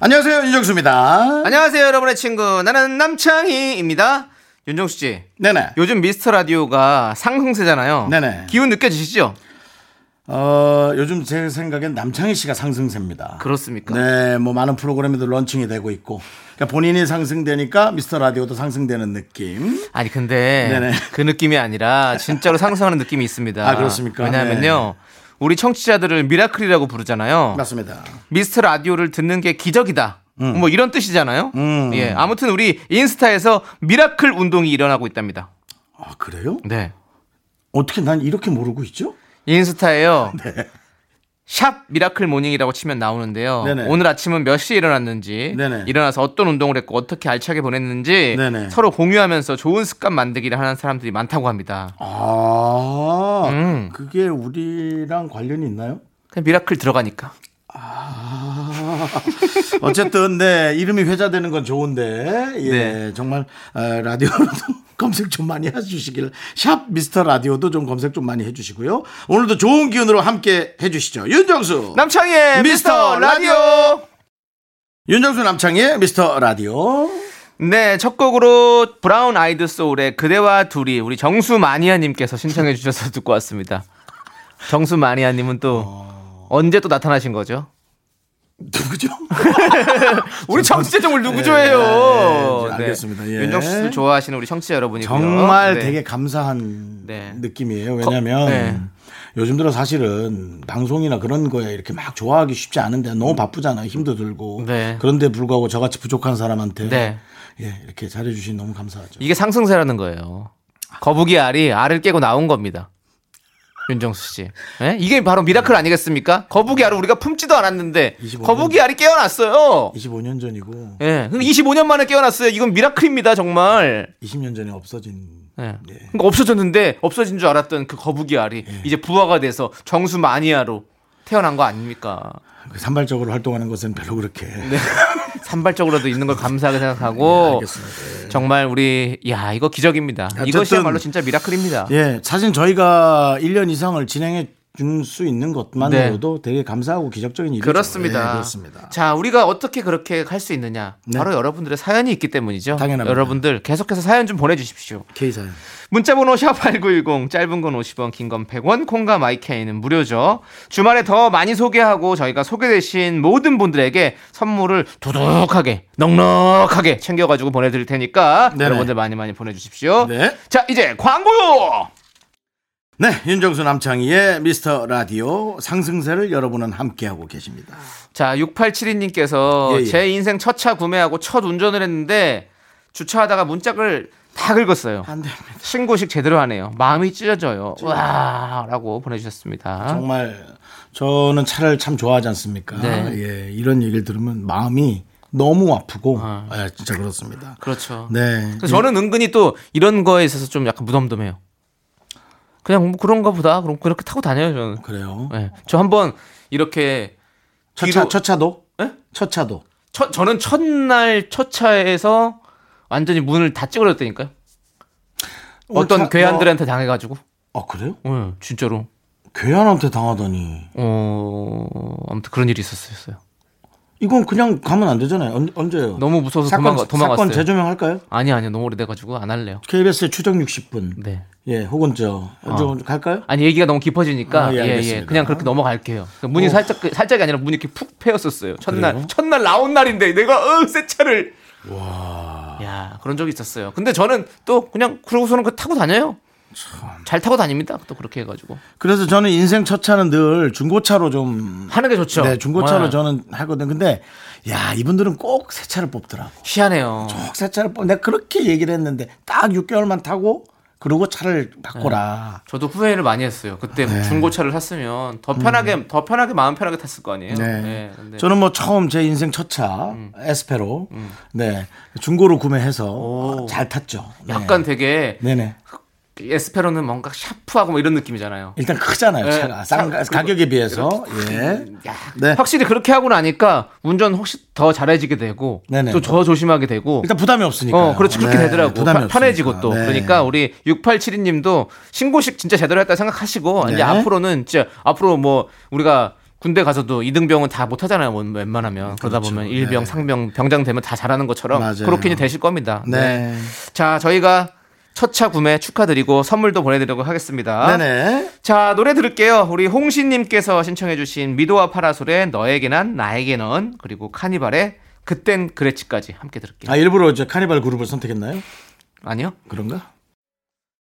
안녕하세요 윤정수입니다. 안녕하세요 여러분의 친구 나는 남창희입니다 윤정수 씨 네네. 요즘 미스터 라디오가 상승세잖아요 네네. 기운 느껴지시죠? 어, 요즘 제 생각엔 남창희 씨가 상승세입니다. 그렇습니까? 네, 뭐 많은 프로그램에도 런칭이 되고 있고, 그러니까 본인이 상승되니까 미스터 라디오도 상승되는 느낌. 아니 근데 네네. 그 느낌이 아니라 진짜로 상승하는 느낌이 있습니다 아, 그렇습니까? 네. 왜냐하면요 우리 청취자들을 미라클이라고 부르잖아요 맞습니다. 미스터 라디오를 듣는 게 기적이다. 뭐 이런 뜻이잖아요. 음. 예, 아무튼 우리 인스타에서 미라클 운동이 일어나고 있답니다. 아 그래요? 네. 어떻게 난 이렇게 모르고 있죠? 인스타에요. 네. 샵 미라클 모닝이라고 치면 나오는데요. 네네. 오늘 아침은 몇 시에 일어났는지, 네네. 일어나서 어떤 운동을 했고 어떻게 알차게 보냈는지 네네. 서로 공유하면서 좋은 습관 만들기를 하는 사람들이 많다고 합니다. 아, 음. 그게 우리랑 관련이 있나요? 그냥 미라클 들어가니까. 어쨌든 네 이름이 회자되는 건 좋은데 예 네. 정말 어, 라디오로도 검색 좀 많이 해주시길 샵 미스터 라디오도 좀 검색 좀 많이 해주시고요 오늘도 좋은 기운으로 함께 해주시죠 윤정수 남창희의 미스터 라디오. 윤정수 남창희의 미스터 라디오 네, 첫 곡으로 브라운 아이드 소울의 그대와 둘이 우리 정수 마니아님께서 신청해 주셔서 듣고 왔습니다. 정수 마니아님은 또 어. 언제 또 나타나신 거죠? 누구죠? 우리 정치재정을 누구죠예요? 네. 예, 예, 알겠습니다. 예. 윤정수 씨를 좋아하시는 우리 청취자 여러분이고요. 정말 네. 되게 감사한 네. 느낌이에요 왜냐면 거- 네. 요즘 들어 사실은 방송이나 그런 거에 이렇게 막 좋아하기 쉽지 않은데 너무 바쁘잖아요 힘도 들고 네. 그런데 불구하고 저같이 부족한 사람한테 네. 예, 이렇게 잘해주신 너무 감사하죠. 이게 상승세라는 거예요. 거북이 알이 알을 깨고 나온 겁니다. 윤정수 씨. 예? 이게 바로 미라클 아니겠습니까? 거북이 알을 우리가 품지도 않았는데 25년. 거북이 알이 깨어났어요. 25년 전이고 예. 근데 25년 만에 깨어났어요. 이건 미라클입니다, 정말. 20년 전에 없어진 예. 그러니까 없어졌는데 없어진 줄 알았던 그 거북이 알이 예. 이제 부화가 돼서 정수 마니아로 태어난 거 아닙니까? 그 산발적으로 활동하는 것은 별로 그렇게 네. 산발적으로도 있는 걸 감사하게 생각하고 네, 알겠습니다. 정말 우리 야 이거 기적입니다. 어쨌든- 이것이야말로 진짜 미라클입니다. 예 사실 저희가 1년 이상을 진행해 준 수 있는 것만으로도 되게 감사하고 기적적인 일이죠. 네. 그렇습니다. 예, 그렇습니다. 네. 자, 우리가 어떻게 그렇게 할 수 있느냐? 바로 여러분들의 사연이 있기 때문이죠. 당연합니다. 여러분들 계속해서 사연 좀 보내주십시오. K 사연 문자번호 샵8910 짧은 건 50원 긴 건 100원 콩과 마이케이는 무료죠 주말에 더 많이 소개하고 저희가 소개되신 모든 분들에게 선물을 두둑하게 넉넉하게 챙겨가지고 보내드릴 테니까 네네. 여러분들 많이 많이 보내주십시오 네. 자 이제 광고요 네 윤정수 남창희의 미스터 라디오 상승세를 여러분은 함께하고 계십니다. 자 6872님께서 예, 예. 제 인생 첫 차 구매하고 첫 운전을 했는데 주차하다가 문짝을 다 긁었어요 안 됩니다. 신고식 제대로 하네요 마음이 아, 네. 찢어져요 와 라고 보내주셨습니다 정말 저는 차를 참 좋아하지 않습니까? 네. 예, 이런 얘기를 들으면 마음이 너무 아프고 예, 진짜 그렇습니다. 그렇죠 네. 그래서 저는 은근히 또 이런 거에 있어서 좀 약간 무덤덤해요. 그냥 뭐 그런가 보다. 그럼 그렇게 타고 다녀요, 저는. 그래요. 예. 저 한번 이렇게 첫 뒤로- 차, 첫 차도? 예? 첫 차도. 첫 저는 첫날 첫 차에서 완전히 문을 다 찌그러졌다니까요. 어떤 차- 괴한들한테 당해 가지고. 어, 아, 그래요? 예, 진짜로. 괴한한테 당하다니. 어, 아무튼 그런 일이 있었어요. 이건 그냥 가면 안 되잖아요. 언, 언제요? 너무 무서워서 도망가, 도망갔어요. 사건 재조명할까요? 아니 아니요. 너무 오래돼 가지고 안 할래요. KBS의 추적 60분. 네. 아. 예, 혹은 저, 좀 갈까요? 아니 얘기가 너무 깊어지니까 아, 예, 예, 예, 알겠습니다. 그냥 그렇게 넘어갈게요. 그러니까 문이 살짝 살짝이 아니라 문이 이렇게 푹 패였었어요. 첫날 그래요? 첫날 나온 날인데 내가 어새 차를 와. 야 그런 적이 있었어요. 근데 저는 또 그냥 그러고서는 그 타고 다녀요. 잘 타고 다닙니다. 또 그렇게 해가지고 그래서 저는 인생 첫 차는 늘 중고차로 좀. 하는 게 좋죠. 네, 중고차로 와, 저는 하거든. 근데, 야, 이분들은 꼭 새 차를 뽑더라고. 희한해요. 꼭 새 차를 뽑. 내가 그렇게 얘기를 했는데, 딱 6개월만 타고, 그러고 차를 바꿔라. 저도 후회를 많이 했어요. 그때 네. 중고차를 샀으면 더 편하게 더 편하게 마음 편하게 탔을 거 아니에요. 네. 네, 근데 음. 저는 뭐 처음 제 인생 첫 차 에스페로 네 중고로 구매해서 잘 탔죠. 네. 약간 되게 네네 에스페로는 뭔가 샤프하고 뭐 이런 느낌이잖아요. 일단 크잖아요 네. 차가 싼 가- 그리고 가격에 비해서 예. 네. 확실히 그렇게 하고 나니까 운전 혹시 더 잘해지게 되고 네네. 또 더 조심하게 되고 일단 부담이 없으니까. 어, 그렇지 그렇게 네, 되더라고. 파- 편해지고 또. 그러니까 우리 6872님도 신고식 진짜 제대로 했다 생각하시고 네. 이제 앞으로는 진짜 앞으로 뭐 우리가 군대 가서도 이등병은 다 못하잖아요. 원- 웬만하면 그러다 보면 일병, 상병, 병장 되면 다 잘하는 것처럼 그렇죠. 네. 맞아요. 그렇게 이제 되실 겁니다. 네. 자 저희가 첫 차 구매 축하드리고 선물도 보내드리도록 하겠습니다. 네네. 자 노래 들을게요. 우리 홍신님께서 신청해주신 미도와 파라솔의 너에게 난 나에게 넌 그리고 카니발의 그땐 그랬지까지 함께 들을게요. 아 일부러 이제 카니발 그룹을 선택했나요? 아니요? 그런가?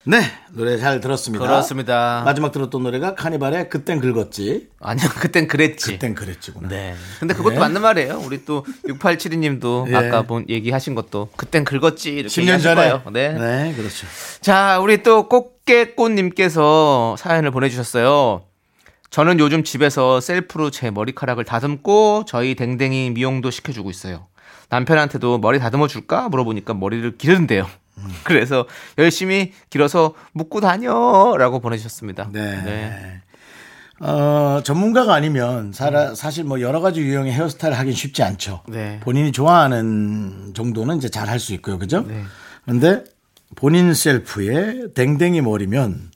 네 노래 잘 들었습니다. 그렇습니다. 마지막 들었던 노래가 카니발의 그땐 긁었지. 아니요, 그땐 그랬지. 그땐 그랬지구나. 네. 근데 그것도 맞는 말이에요. 우리 또 6872님도 예. 아까 본 얘기하신 것도 그땐 긁었지 이렇게 10년 얘기하실 전에. 거예요. 네. 네 그렇죠. 자, 우리 또 꽃게꽃님께서 사연을 보내주셨어요. 저는 요즘 집에서 셀프로 제 머리카락을 다듬고 저희 댕댕이 미용도 시켜주고 있어요. 남편한테도 머리 다듬어 줄까 물어보니까 머리를 기른대요. 음. 그래서 열심히 길어서 묶고 다녀라고 보내주셨습니다. 네. 어, 전문가가 아니면 살아- 사실 뭐 여러 가지 유형의 헤어스타일 하긴 쉽지 않죠. 음. 네. 본인이 좋아하는 정도는 이제 잘 할 수 있고요. 그죠? 네. 그런데 본인 셀프에 댕댕이 머리면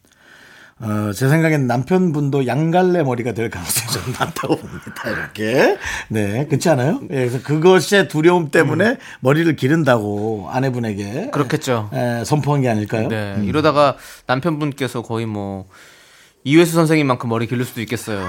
어, 제 생각엔 남편분도 양갈래 머리가 될 가능성이 좀 낮다고 봅니다. 이렇게. 네. 그렇지 않아요? 예, 그래서 그것의 두려움 때문에 머리를 기른다고 아내분에게 음. 그렇겠죠. 예, 선포한 게 아닐까요? 음. 네. 이러다가 남편분께서 거의 뭐 이회수 선생님만큼 머리 길릴 수도 있겠어요.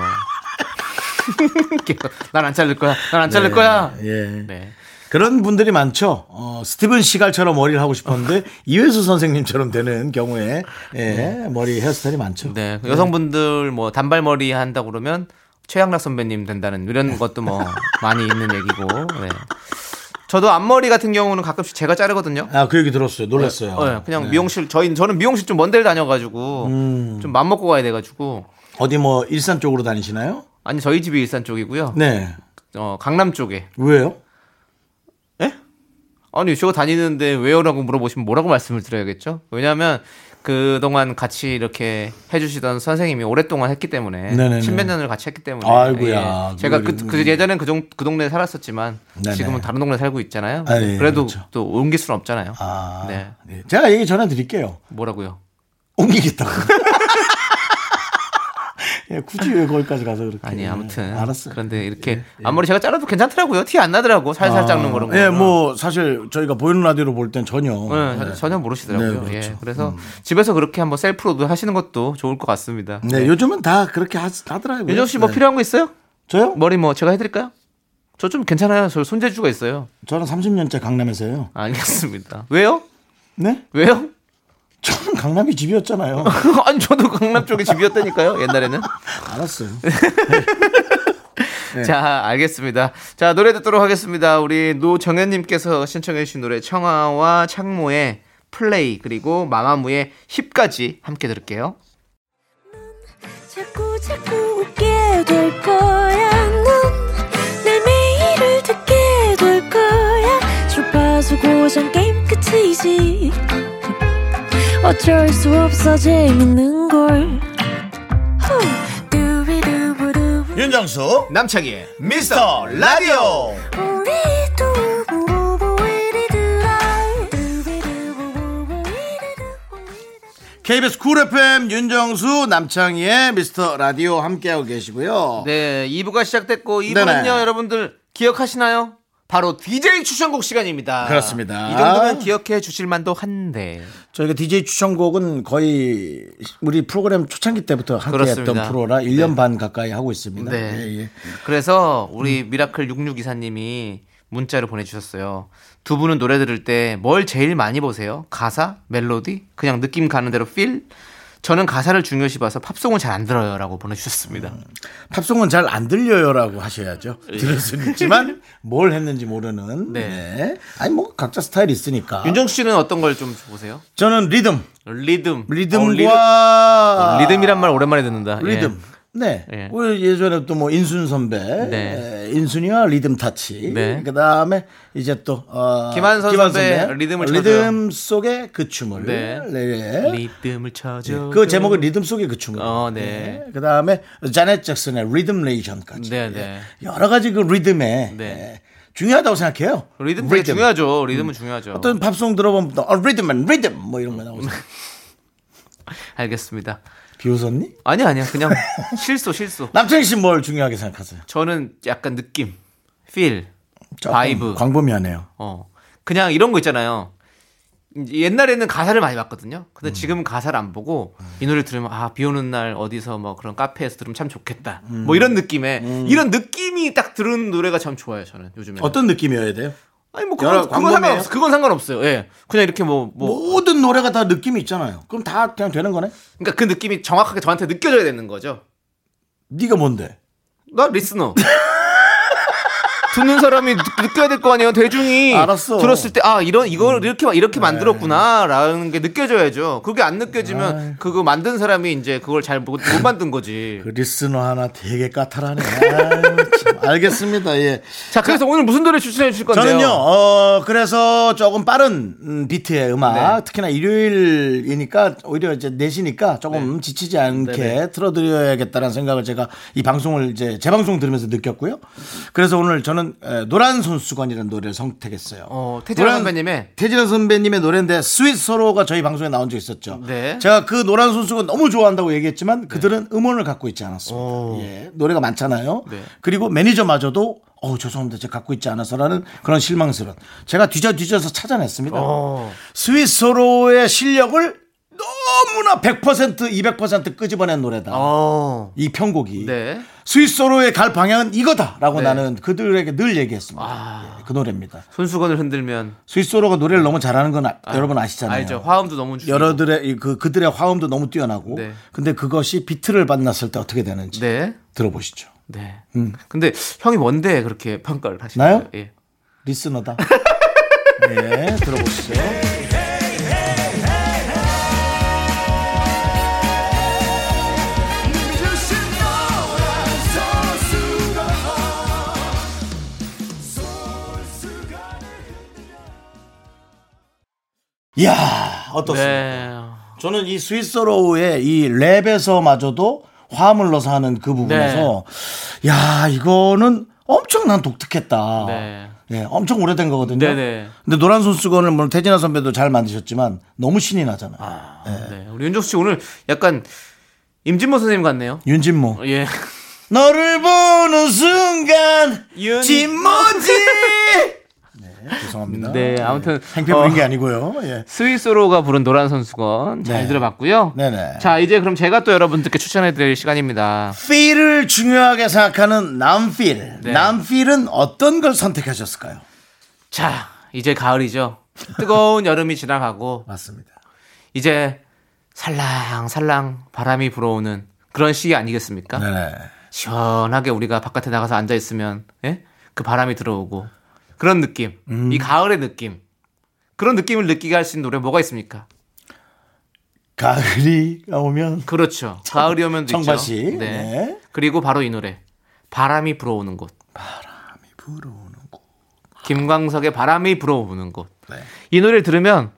난 안 자를 거야. 난 안 자를 거야. 예. 네. 그런 분들이 많죠. 어, 스티븐 시갈처럼 머리를 하고 싶었는데 이회수 선생님처럼 되는 경우에 예, 머리 헤어스타일이 많죠. 네. 여성분들 뭐 단발머리 한다 고 그러면 최양락 선배님 된다는 이런 것도 뭐 많이 있는 얘기고. 네. 저도 앞머리 같은 경우는 가끔씩 제가 자르거든요. 아, 그 얘기 들었어요. 놀랐어요. 네, 그냥 미용실 저희 저는 미용실 좀 먼 데를 다녀가지고 음. 좀 맘 먹고 가야 돼가지고 어디 뭐 일산 쪽으로 다니시나요? 아니 저희 집이 일산 쪽이고요. 네. 어 강남 쪽에 왜요? 아니, 저 다니는데 왜요라고 물어보시면 뭐라고 말씀을 드려야겠죠? 왜냐하면 그동안 같이 이렇게 해주시던 선생님이 오랫동안 했기 때문에 네네네. 십몇 년을 같이 했기 때문에 아이고야, 예. 제가 그, 그거를- 그 예전엔 그, 종, 그 동네에 살았었지만 네네. 지금은 다른 동네 에 살고 있잖아요. 아, 예, 그래도 그렇죠. 또 옮길 수는 없잖아요. 아, 네. 네. 제가 얘기 전해드릴게요. 뭐라고요? 옮기겠다고. 예, 굳이 왜 거기까지 가서 그렇게. 네, 아니 아무튼 알았어요. 예, 그런데 이렇게 앞머리 제가 자라도 괜찮더라고요. 티 안 나더라고. 살살 자르는 거는. 예, 뭐 사실 저희가 보이는 라디오로 볼 땐 전혀. 예, 네. 전혀 모르시더라고요. 네, 그렇죠. 예, 그래서 집에서 그렇게 한번 셀프로도 하시는 것도 좋을 것 같습니다. 네, 요즘은 다 그렇게 하, 하더라고요. 윤정 씨뭐 네. 필요한 거 있어요? 저요? 머리 뭐 제가 해드릴까요? 저 좀 괜찮아요. 저 손재주가 있어요. 아, 저는 30년째 강남에서요. 알겠습니다. 왜요? 네? 어. 왜요? 저는 강남이 집이었잖아요. 아니 저도 강남 쪽에 집이었다니까요. 옛날에는. 알았어요. 네. 자 알겠습니다. 자 노래 듣도록 하겠습니다. 우리 노정현님께서 신청해주신 노래 청아와 창모의 플레이 그리고 마마무의 힙까지 함께 들을게요. 자꾸 자꾸 웃게 될 거야. 넌내 매일을 듣게 될 거야. 주파수 고정 게임 끝이지. 어쩔 수 없어 재밌는 걸. 후. 두비두부두. 윤정수 남창희의 미스터 라디오 우리 두부부부 우리들아. 두비두부부부 우리들아. KBS 쿨 FM 윤정수 남창희의 미스터 라디오 함께하고 계시고요. 네 2부가 시작됐고 2부는요 네네. 여러분들 기억하시나요? 바로 DJ 추천곡 시간입니다. 그렇습니다. 이 정도면 기억해 주실 만도 한데. 저희가 DJ 추천곡은 거의 우리 프로그램 초창기 때부터 함께했던 그렇습니다. 프로라 1년 반 가까이 하고 있습니다. 네. 예, 예. 그래서 우리 미라클 66 이사님이 문자를 보내주셨어요. 두 분은 노래 들을 때 뭘 제일 많이 보세요? 가사, 멜로디, 그냥 느낌 가는 대로 필. 저는 가사를 중요시 봐서 팝송은 잘 안 들어요라고 보내주셨습니다. 음, 팝송은 잘 안 들려요라고 하셔야죠. 들을 수는 있지만 뭘 했는지 모르는. 예. 네. 네. 아니 뭐 각자 스타일이 있으니까. 윤정수 씨는 어떤 걸 좀 보세요? 저는 리듬, 리듬. 어, 리듬과 리듬. 리듬이란 말 오랜만에 듣는다. 예. 리듬. 네. 예. 우리 예전에 또 뭐 인순 선배, 네. 에, 인순이와 리듬 타치. 네. 그 다음에 이제 또 어, 김한선 선배 리듬을 쳐줘요. 리듬 속의 그 춤을. 네. 네. 리듬을 쳐줘. 그 제목은 리듬 속의 그 춤을. 어, 네. 그 다음에 자넷 잭슨의 리듬 레이션까지. 예. 네, 네. 여러 가지 그 리듬에 네. 예, 중요하다고 생각해요. 리듬 되게 중요하죠. 리듬은 중요하죠. 음. 어떤 팝송 들어보면 또 어, 리듬 앤 리듬 뭐 이런 거 나오죠. 알겠습니다. 비웃었니? 아니 아니야 그냥 실수 실수. 남창희 씨뭘 중요하게 생각하세요? 저는 약간 느낌, feel, 조금 바이브. 광범위하네요. 어 그냥 이런 거 있잖아요. 이제 옛날에는 가사를 많이 봤거든요. 음. 근데 지금은 가사를 안 보고 이 노래 를 들으면 아 비 오는 날 어디서 뭐 그런 카페에서 들으면 참 좋겠다. 음. 뭐 이런 느낌에 이런 느낌이 딱 들은 노래가 참 좋아요. 저는 요즘에. 어떤 느낌이어야 돼요? 아니 뭐 여러 그건, 그건 광범위해요? 상관없어. 그건 상관없어요. 예. 그냥 이렇게 뭐 뭐 모든 노래가 다 느낌이 있잖아요. 그럼 다 그냥 되는 거네? 그러니까 그 느낌이 정확하게 저한테 느껴져야 되는 거죠. 네가 뭔데? 나 리스너. 듣는 사람이 느- 느껴야 될 거 아니에요. 대중이 알았어. 음. 네. 들었을 때 아 이런 이걸 이렇게 막 이렇게 만들었구나라는 게 느껴져야죠. 그게 안 느껴지면 그거 만든 사람이 이제 그걸 잘 못 만든 거지. 그 리스너 하나 되게 까탈하네. 아유, 참. 알겠습니다. 예. 자 그래서 오늘 무슨 노래 추천해 주실 건데요? 뭐. 저는요, 어, 그래서 조금 빠른 음, 비트의 음악, 네. 특히나 일요일이니까 오히려 이제 4시니까 조금 지치지 않게 네. 네네. 틀어드려야겠다는 생각을 제가 이 방송을 이제 재방송 들으면서 느꼈고요. 그래서 오늘 저는 에, 노란 손수건이라는 노래를 선택했어요. 어, 태진아 선배님의? 태진아 선배님의 노래인데 스윗 서로가 저희 방송에 나온 적 있었죠. 네. 제가 그 노란 손수건 너무 좋아한다고 얘기했지만 그들은 음원을 갖고 있지 오. 않았습니다. 예, 노래가 많잖아요. 네. 그리고 매니저마저도 어 죄송합니다 제가 갖고 있지 않아서라는 그런 실망스러운 제가 뒤져 뒤져서 찾아냈습니다. 어. 스위스로의 실력을 너무나 100% 200% 끄집어낸 노래다. 어. 이 편곡이 네. 스위스로의 갈 방향은 이거다라고 네. 아. 나는 그들에게 늘 얘기했습니다. 예, 그 노래입니다. 손수건을 흔들면 스위스로가 노래를 너무 잘하는 건 아- 여러분 아시잖아요. 네. 알죠. 화음도 너무 주. 여러들의 이- 그 그들의 화음도 너무 뛰어나고 네. 근데 그것이 비트를 만났을 때 어떻게 되는지 네. 들어보시죠. 네. 근데 형이 뭔데 그렇게 평가를 하시나요? 음. 나요? 예. 리스너다. 네, 들어보시죠. 이야, 어떻습니까? 네. 저는 이 스위스로우의 이 랩에서마저도 화음을 넣어서 하는 그 부분에서 야 이거는 엄청난 독특했다. 네. 예, 엄청 오래된 거거든요. 네네. 근데 노란 손수건을 물론 태진아 선배도 잘 만드셨지만 너무 신이 나잖아요. 네. 우리 윤정수 씨 오늘 약간 임진모 선생님 같네요. 윤진모. 예. 너를 보는 순간 윤- 진모지. 네, 죄송합니다. 예. 네, 아무튼 행패 부린 어, 게 아니고요. 예. 스위스로가 부른 노란 선수건 잘 네. 들어봤고요. 네네. 자, 이제 그럼 제가 또 여러분들께 추천해드릴 시간입니다. 필을 중요하게 생각하는 남필. 네. 남필은 어떤 걸 선택하셨을까요? 자, 이제 가을이죠. 뜨거운 여름이 지나가고 맞습니다. 이제 살랑살랑 바람이 불어오는 그런 시기 아니겠습니까? 네네. 시원하게 우리가 바깥에 나가서 앉아 있으면 예? 그 바람이 들어오고 그런 느낌, 음. 이 가을의 느낌 그런 느낌을 느끼게 할 수 있는 노래 뭐가 있습니까? 가을이 오면 그렇죠. 가을이 오면도 있죠. 청바시. 네. 네. 그리고 바로 이 노래. 바람이 불어오는 곳. 불어오는 곳. 김광석의 바람이 불어오는 곳. 네. 이 노래를 들으면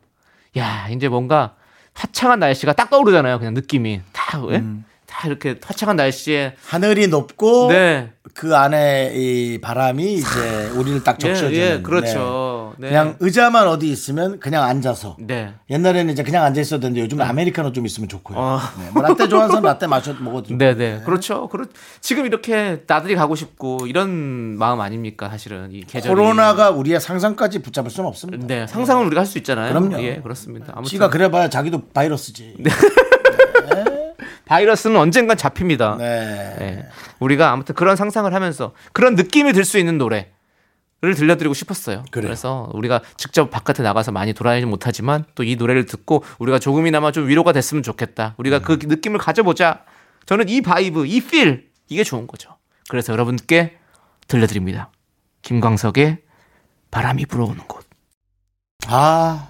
야, 이제 뭔가 화창한 날씨가 딱 떠오르잖아요. 그냥 느낌이. 다 왜? 음. 다 이렇게 화창한 날씨에 하늘이 높고 네. 그 안에 이 바람이 이제 우리를 딱 예, 적셔주는. 예, 그렇죠. 네. 네. 그냥 의자만 어디 있으면 그냥 앉아서. 네. 옛날에는 이제 그냥 앉아 있어야 되는데 음. 요즘은 아메리카노 좀 있으면 좋고요. 어. 네. 뭐 라떼 좋아하는 사람 라떼 마셔 먹어도 좋고. 네, 네. 그렇죠. 그렇 지금 이렇게 나들이 가고 싶고 이런 마음 아닙니까, 사실은. 이 계절이. 코로나가 우리의 상상까지 붙잡을 수는 없습니다. 네, 상상은 우리가 할 수 있잖아요. 그럼요. 예, 그렇습니다. 아무튼 지가 그래봐야 자기도 바이러스지. 네. 바이러스는 네. 언젠간 네. 잡힙니다. 예. 우리가 아무튼 그런 상상을 하면서 그런 느낌이 들 수 있는 노래. 를 들려드리고 싶었어요. 그래요. 래서 우리가 직접 바깥에 나가서 많이 돌아다니지 못하지만 또 이 노래를 듣고 우리가 조금이나마 좀 위로가 됐으면 좋겠다. 우리가 음. 그 느낌을 가져보자. 저는 이 바이브, 이 필 이게 좋은 거죠. 그래서 여러분께 들려드립니다. 김광석의 바람이 불어오는 곳. 아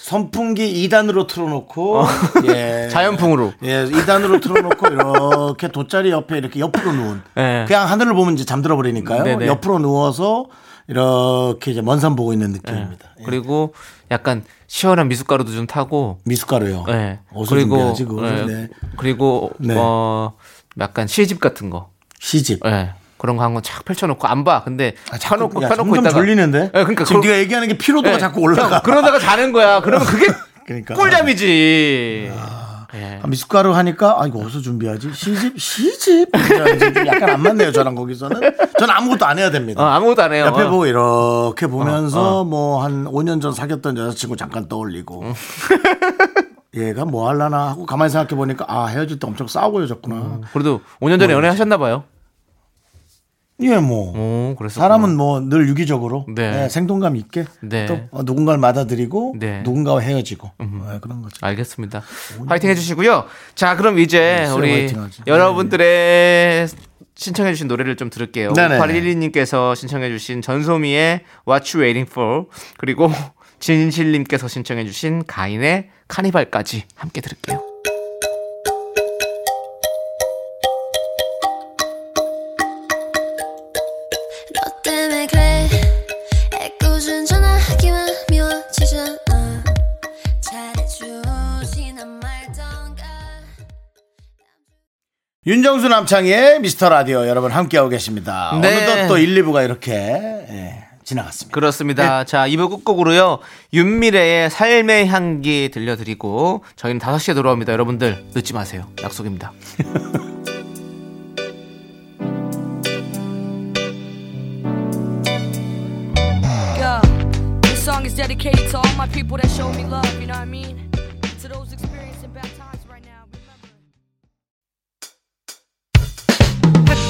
선풍기 2단으로 틀어놓고 예. 자연풍으로. 예, 2단으로 틀어놓고 이렇게 돗자리 옆에 이렇게 옆으로 누운 예. 그냥 하늘을 보면 이제 잠들어 버리니까요. 네네. 옆으로 누워서 이렇게 이제 먼 산 보고 있는 느낌입니다. 예. 네. 그리고 약간 시원한 미숫가루도 좀 타고 미숫가루요. 예. 옷을 준비하지 그거는. 예. 네. 그리고 네. 어 약간 시집 같은 거. 시집. 예. 그런 거 한 건 착 펼쳐놓고 안 봐. 근데 아, 자꾸- 펴놓고 야, 펴놓고 점점 있다가 졸리는데. 예, 그러니까 지금 그러- 네가 얘기하는 게 피로도가 예. 자꾸 올라가. 그러니까 그러다가 자는 거야. 그러면 그게 그러니까. 꿀잠이지. 예. 아, 미숫가루 하니까 아 이거 어디서 준비하지? 시집 시집. 이제 이제 좀 약간 안 맞네요 저랑 거기서는. 저는 아무것도 안 해야 됩니다. 어, 아무것도 안 해요. 옆에 어. 보고 이렇게 보면서 뭐 한 5년 전 사귀었던 여자친구 잠깐 떠올리고 음. 얘가 뭐 하려나 하고 가만히 생각해 보니까 아 헤어질 때 엄청 싸우고 헤어졌구나. 그래도 5년 전에 뭐. 연애하셨나 봐요. 예, 뭐 오, 그래서 사람은 뭐 늘 유기적으로 음. 네. 네, 생동감 있게 네. 또 어, 누군가를 맞아들이고 네. 음. 아. 누군가와 헤어지고 네, 그런 거죠. 알겠습니다. 화이팅 해주시고요. 자, 그럼 이제 글쎄요, 우리 화이팅하지. 여러분들의 신청해주신 노래를 좀 들을게요. 네네네. 812님께서 신청해주신 전소미의 What You Waiting For 그리고 진실님께서 신청해주신 가인의 카니발까지 함께 들을게요. 너어 때문에 그래 애꿎은 전화기만 미워지잖아 잘해주시나 말던가 윤정수 남창희의 미스터 라디오 여러분 함께하고 계십니다. 네. 어느덧 또 1, 2부가 이렇게 예, 지나갔습니다. 그렇습니다. 자, 이부 끝곡으로요. 윤미래의 삶의 향기 들려드리고 저희는 5시에 돌아옵니다. 여러분들 늦지 마세요. 약속입니다. go. This song is dedicated to all my people that show me love, you know what I mean? To those experiencing bad times right now, remember.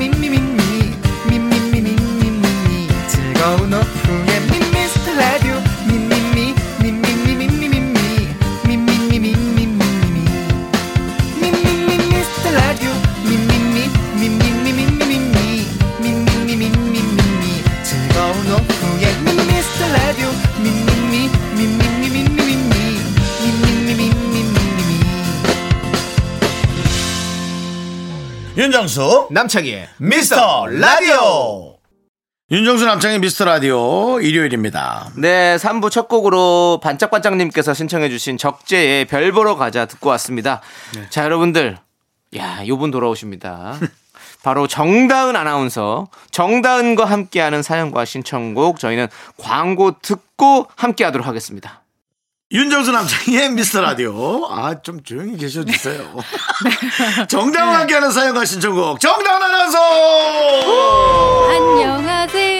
미미미미미미 미미미미미미 즐거운 오후에 미스터 라디오 미미미 미미미미미미 미미미미미미미 미미미 미스터 라디오 미미미 미미미미미미 미미미미미미 즐거운 오후에 미스터 라디오 미미미 미미미미미미 미미미미미미미 윤정수 남창희의 미스터 라디오 윤정수 남창희 미스터 라디오 일요일입니다. 네, 3부 첫 곡으로 반짝반짝님께서 신청해주신 적재의 별 보러 가자 듣고 왔습니다. 네. 자, 여러분들. 야, 요분 돌아오십니다. 바로 정다은 아나운서, 정다은과 함께하는 사연과 신청곡, 저희는 광고 듣고 함께하도록 하겠습니다. 윤정수 남창희의 미스터 라디오 아 좀 조용히 계셔 주세요. 네. 정다운 함께하는 사연과 신청곡 정다운 아나운서 안녕하세요.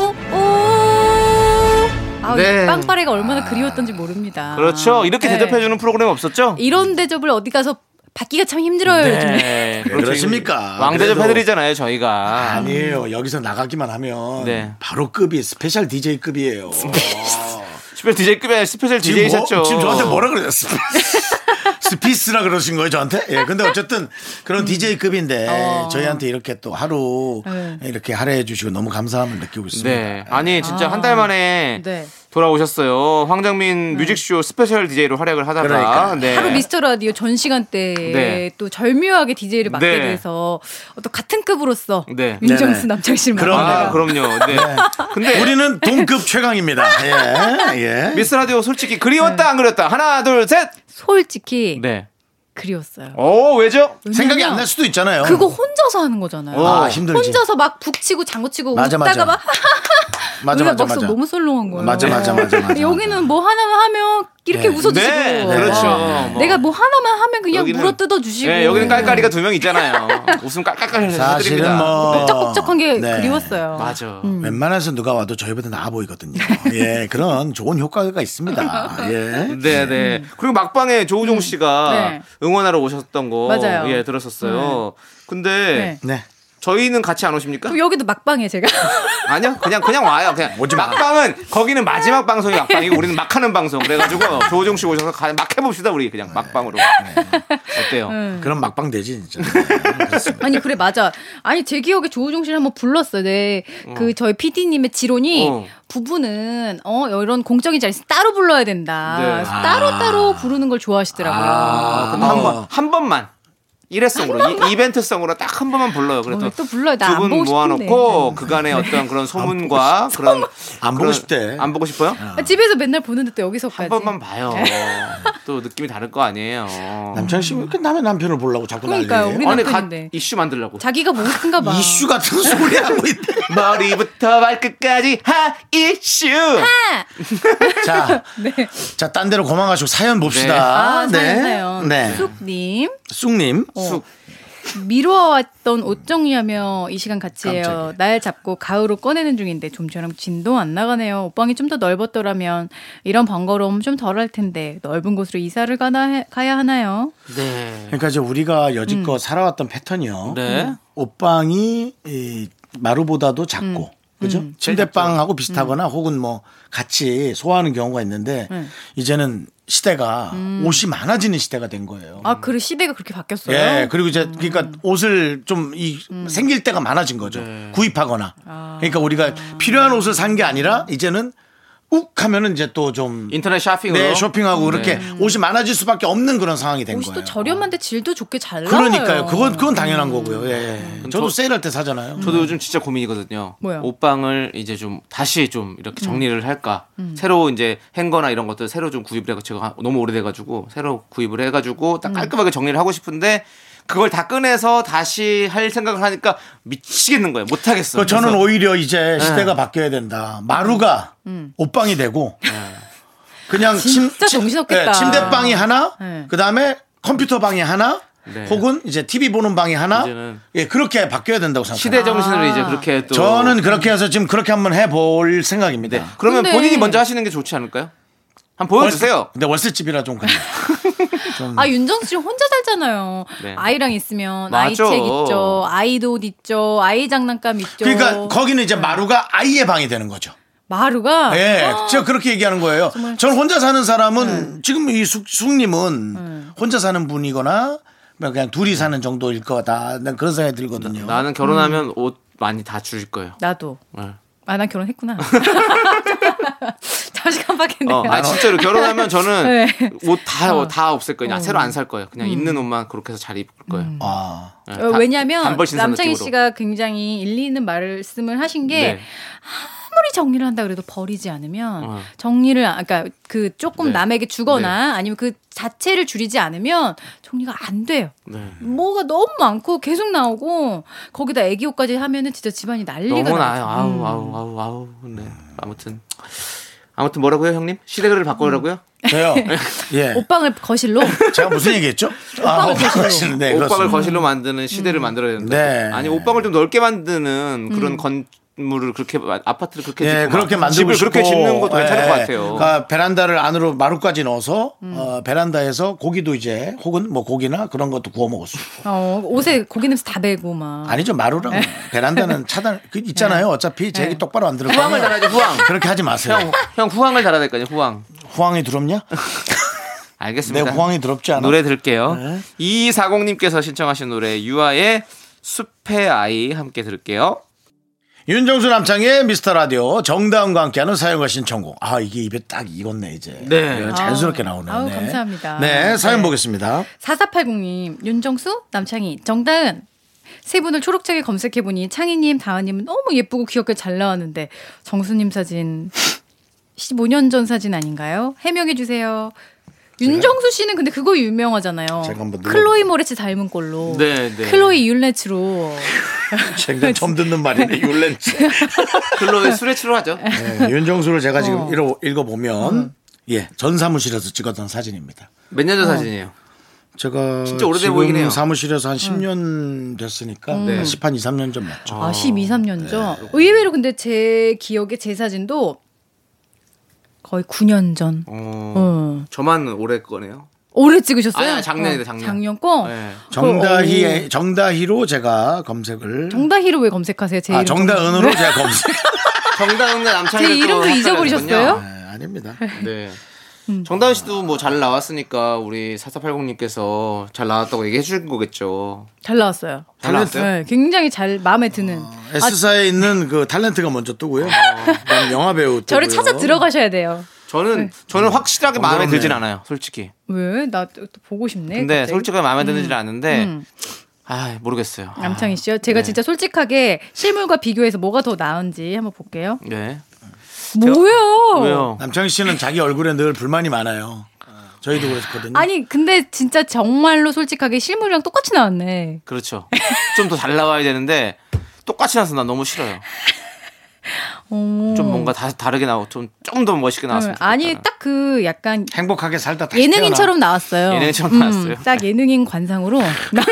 오오오. 아, 네. 이 빵빠레가 얼마나 그리웠던지 모릅니다. 그렇죠. 이렇게 네. 대접해주는 프로그램 없었죠? 이런 대접을 어디 가서 받기가 참 힘들어요, 요즘에. 네, 왜 그러십니까? 왕대접 그래도- 해드리잖아요, 저희가. 아니에요. 여기서 나가기만 하면 네. 바로 급이 스페셜 DJ 급이에요. 스페셜 DJ급이 아니라 스페셜 DJ셨죠? 지금 저한테 뭐라 그래요? 스피스. 스피스라 그러신 거예요, 저한테? 예. 근데 어쨌든 그런 음. DJ급인데 어. 저희한테 이렇게 또 하루 네. 이렇게 할애해 주시고 너무 감사함을 느끼고 있습니다. 네. 아니, 진짜 한 달 만에 네. 돌아오셨어요. 황정민 뮤직쇼 스페셜 DJ로 활약을 하다가 그러니까요. 네. 하루 미스터 라디오 전 시간 때에 네. 또 절묘하게 DJ를 맡게 네. 돼서 또 같은 급으로서 네. 윤정수 네네. 남창 씨를 그럼요. 아, 만나요. 그럼요. 네. 근데 우리는 동급 최강입니다. 예. 예. 미스 라디오 솔직히 그리웠다 안 그렸다. 하나, 둘, 셋. 솔직히 네. 그리웠어요. 오, 왜죠? 생각이 안 날 수도 있잖아요. 그거 혼자서 하는 거잖아요. 어. 아, 힘들지. 혼자서 막 북치고 장구치고 맞아, 웃다가 맞아. 막 맞아 우리가 맞아 막상 맞아. 너무 썰렁한 거예요. 맞아 맞아 맞아. 맞아. 여기는 뭐 하나만 하면 이렇게 웃어주시고 네, 그렇죠. 어. 와, 뭐. 내가 뭐 하나만 하면 그냥 여기는- 물어 뜯어주시고 네, 여기는 깔깔이가 두 명 있잖아요. 웃음 깔깔깔 해드립니다. 사실은 뭐 쩍쩍한 게 네. 그리웠어요. 맞아. 음. 웬만해서 누가 와도 저희보다 나아 보이거든요. 예, 그런 좋은 효과가 있습니다. 예. 네, 네. 그리고 막방에 조우종 씨가 음. 네. 응원하러 오셨던 거 맞아요. 예, 들었었어요. 근데 네. 네. 저희는 같이 안 오십니까? 그럼 여기도 막방에 제가 아니요, 그냥 그냥 와요. 그냥 오지 마. 막방은 거기는 마지막 방송이 막방이고 우리는 막하는 방송. 어. 그래가지고 조우종 씨 오셔서 가- 막 해봅시다 우리 네. 그냥 막방으로. 어때요? 음. 그럼 막방 되지 진짜. 네, 그렇습니다. 아니 그래 맞아. 아니 제 기억에 조우종 씨를 한번 불렀어요. 네. 그 저희 PD님의 지론이 어. 부부는 어 이런 공적인 자리에서 따로 불러야 된다. 네. 그래서 따로 따로 부르는 걸 좋아하시더라고요. 아, 근데 한 번, 한 번만. 일회성으로 이, 벤트성으로 딱 한 번만 불러요. 그래도 어, 또 불러요. 나안 두분 보고 네. 모아놓고 그간의 어떤 그런 소문과 그런 안 보고 그런- 싶대. 안 보고 싶어요? 아, 집에서 맨날 보는데 또 여기서까지. 네. 한 번만 봐요. 또 느낌이 다를 거 아니에요. 남창 씨, 왜 이렇게 남의 남편을 보려고 자꾸 그러니까요. 난리예요? 우리 아니 가, 남편인데. 이슈 만들려고. 자기가 뭐 웃긴가 봐. 이슈 같은 소리 하고 있대. 머리부터 발끝까지 하 이슈. 자, 자, 딴 데로 고망하시고 사연 봅시다. 네. 아, 사연사연. 네. 숙님 쑥님. 어. 쑥. 미뤄왔던 옷 정리하며 이 시간 같이 해요. 깜짝이야. 날 잡고 가을로 꺼내는 중인데 좀처럼 진도 안 나가네요. 옷방이 좀 더 넓었더라면 이런 번거로움 좀 덜 할 텐데 넓은 곳으로 이사를 가나 해- 가야 하나요? 네. 그러니까 이제 우리가 음. 여지껏 살아왔던 패턴이요. 네. 옷방이 이 마루보다도 작고. 음. 그죠? 침대방하고 비슷하거나 혹은 뭐 같이 소화하는 경우가 있는데 네. 이제는 시대가 음. 옷이 많아지는 시대가 된 거예요. 아, 그래 시대가 그렇게 바뀌었어요. 음. 예, 그리고 이제 그러니까 옷을 좀 이 생길 때가 많아진 거죠. 구입하거나. 그러니까 우리가 필요한 옷을 산 게 아니라 이제는 욱 하면은 이제 또좀 인터넷 쇼핑으로. 네, 쇼핑하고 그렇게 옷이 많아질 수밖에 없는 그런 상황이 된 옷이 거예요. 어. 또 저렴한데 질도 좋게 잘 나와요. 그러니까요. 그건 그건 당연한 거고요. 예. 저도 저- 세일할 때 사잖아요. 저도 요즘 진짜 고민이거든요. 뭐요? 옷방을 이제 좀 다시 좀 이렇게 정리를 할까. 음. 새로 이제 행거나 이런 것들 새로 좀 구입을 해가 제가 너무 오래돼가지고 새로 구입을 해가지고 음. 딱 깔끔하게 정리를 하고 싶은데 그걸 다 꺼내서 다시 할 생각을 하니까 미치겠는 거예요. 못 하겠어. 그 저는 오히려 네. 이제 시대가 바뀌어야 된다. 마루가 옷방이 되고 네. 그냥 침, 음. 진짜 정신없겠다. 예, 침대방이 하나, 네. 그다음에 컴퓨터 방이 하나, 네. 혹은 이제 TV 보는 방이 하나. 이제는 예, 그렇게 바뀌어야 된다고 생각합니다. 시대 정신을 아. 이제 그렇게 또 저는 그렇게 해서 지금 그렇게 한번 해볼 생각입니다. 네. 그러면 근데- 본인이 먼저 하시는 게 좋지 않을까요? 한번 월세- 보여주세요. 근데 월세집이라 좀 그래요. 아 윤정수 씨 혼자 살잖아요. 음. 네. 아이랑 있으면 맞아. 아이 책 있죠, 아이도 옷 있죠, 아이 장난감 있죠. 그러니까 거기는 이제 마루가 아이의 방이 되는 거죠. 마루가 예, 제가 그렇게 얘기하는 거예요. 저는 혼자 사는 사람은 지금 이 숙, 숙님은 혼자 사는 분이거나 뭐 그냥 둘이 사는 정도일 거다. 난 그런 생각이 들거든요. 나는 결혼하면 음. 옷 많이 다 줄일 거예요. 나도 네. 아, 난 결혼했구나. 잠시 깜빡했네요. 어, 아 진짜로 결혼하면 저는 네. 어. 음. 옷 다 다 없앨 거예요. 그냥 새로 안 살 거예요. 그냥 있는 옷만 그렇게 해서 잘 입을 거예요. 아, 네, 어, 다- 왜냐하면 단벌 신사 남창희 느낌으로. 씨가 굉장히 일리 있는 말씀을 하신 게 네. 아무리 정리를 한다 그래도 버리지 않으면 어. 정리를 안- 그러니까 그 조금 네. 남에게 주거나 아니면 그 자체를 줄이지 않으면 정리가 안 돼요. 네. 뭐가 너무 많고 계속 나오고 거기다 애기옷까지 하면은 진짜 집안이 난리가 너무 나요. 음. 나요. 아우 아우 아우 아우. 네. 아무튼 아무튼 뭐라고요, 형님? 시대를 바꾸라고요? 저요. 예. 옷방을 거실로 제가 무슨 얘기했죠? 아, 옷방을 옷방 거실로. 하시는데 옷방을 그렇습니다. 거실로 음. 만드는 시대를 만들어야 된다. 네. 아니 옷방을 좀 넓게 만드는 음. 그런 건물을 그렇게 마- 아파트를 그렇게 예, 짓고 그렇게 막 만들고 집을 싶고 그렇게 짓는 것도 괜찮을 예, 것 같아요. 그러니까 베란다를 안으로 마루까지 넣어서 어, 베란다에서 고기도 이제 혹은 뭐 고기나 그런 것도 구워 먹을 수. 있고. 어, 옷에 고기 냄새 다 배고 막 아니죠 네. 마루랑 베란다는 차단 그 있잖아요. 어차피 제 얘기 똑바로 안 들을 거예요. 후황을 달아야지 후황. 그렇게 하지 마세요. 형, 형 후황을 달아야 될 거아요 후황. 후황이 두렵냐? 내 알겠습니다. 네, 후황이 두렵지 않아. 노래 들을게요. 2240님께서 신청하신 노래 유아의 숲의 아이 함께 들을게요. 윤정수 남창의 미스터 라디오 정다운과 함께하는 사연과 신청곡. 아 이게 입에 딱 익었네 이제. 네. 예, 자연스럽게 아우, 나오네. 아우, 네. 감사합니다. 네 사연 네. 보겠습니다. 4480님, 윤정수, 남창희, 정다은. 세 분을 초록창에 검색해보니 창희님, 다은님은 너무 예쁘고 귀엽게 잘 나왔는데 정수님 사진 15년 전 사진 아닌가요? 해명해주세요. 윤정수 씨는 근데 그거 유명하잖아요. 제가 한번 눌러- 클로이 모레츠 닮은 꼴로. 네, 네. 클로이 율레츠로. 제가 처음 듣는 말이네 율렌. 클로의 수레치로 하죠. 네, 윤정수를 제가 지금 읽어, 보면 예, 전 사무실에서 찍었던 사진입니다. 몇 년 전 어. 사진이에요. 제가 진짜 오래돼 지금 보이긴 해요. 사무실에서 한 10년 됐으니까 네. 10, 한 2, 3년 전 맞죠. 아, 12, 3년 전. 의외로 근데 제 기억에 제 사진도 거의 9년 전. 어, 어. 저만 올해 거네요. 올해 찍으셨어요? 아니, 아니, 작년이다, 어, 작년. 작년 거? 네. 정다희의 정다희로 제가 검색을 정다희로 왜 검색하세요? 제 아, 이름 정다은으로 제가 검색. 정다은과 네, 남창희 제 이름도 잊어버리셨어요? 음. 네, 아닙니다. 네. 정다은 씨도 뭐 잘 나왔으니까 우리 4480님께서 잘 나왔다고 얘기해 주신 거겠죠. 잘 나왔어요. 잘 나왔어요? 네, 굉장히 잘 마음에 드는. 아, 어, 아, S사에 있는 그 탤런트가 먼저 뜨고요. 뭐, 그다음 영화 배우 뜨고요. 저를 찾아 들어가셔야 돼요. 네. 저는 저는 확실하게 마음에 그러네. 들진 않아요, 솔직히. 왜? 나 또 보고 싶네. 근데 갑자기. 솔직하게 마음에 드는지 는 않는데 음. 아 모르겠어요. 아, 남창희 씨요. 제가 진짜 솔직하게 실물과 비교해서 뭐가 더 나은지 한번 볼게요. 네. 뭐요? 왜요? 남창희 씨는 자기 얼굴에 늘 불만이 많아요. 어, 저희도 그랬거든요. 아니 근데 진짜 정말로 솔직하게 실물이랑 똑같이 나왔네. 그렇죠. 좀 더 잘 나와야 되는데 똑같이 나서 난 너무 싫어요. 어. 좀 뭔가 다 다르게 나오고 좀좀 더 멋있게 나왔으면 좋겠다. 음, 아니 딱 그 약간 행복하게 살다 다시 예능인처럼 나왔어요. 음, 예능인처럼 나왔어요. 딱 예능인 관상으로. 나-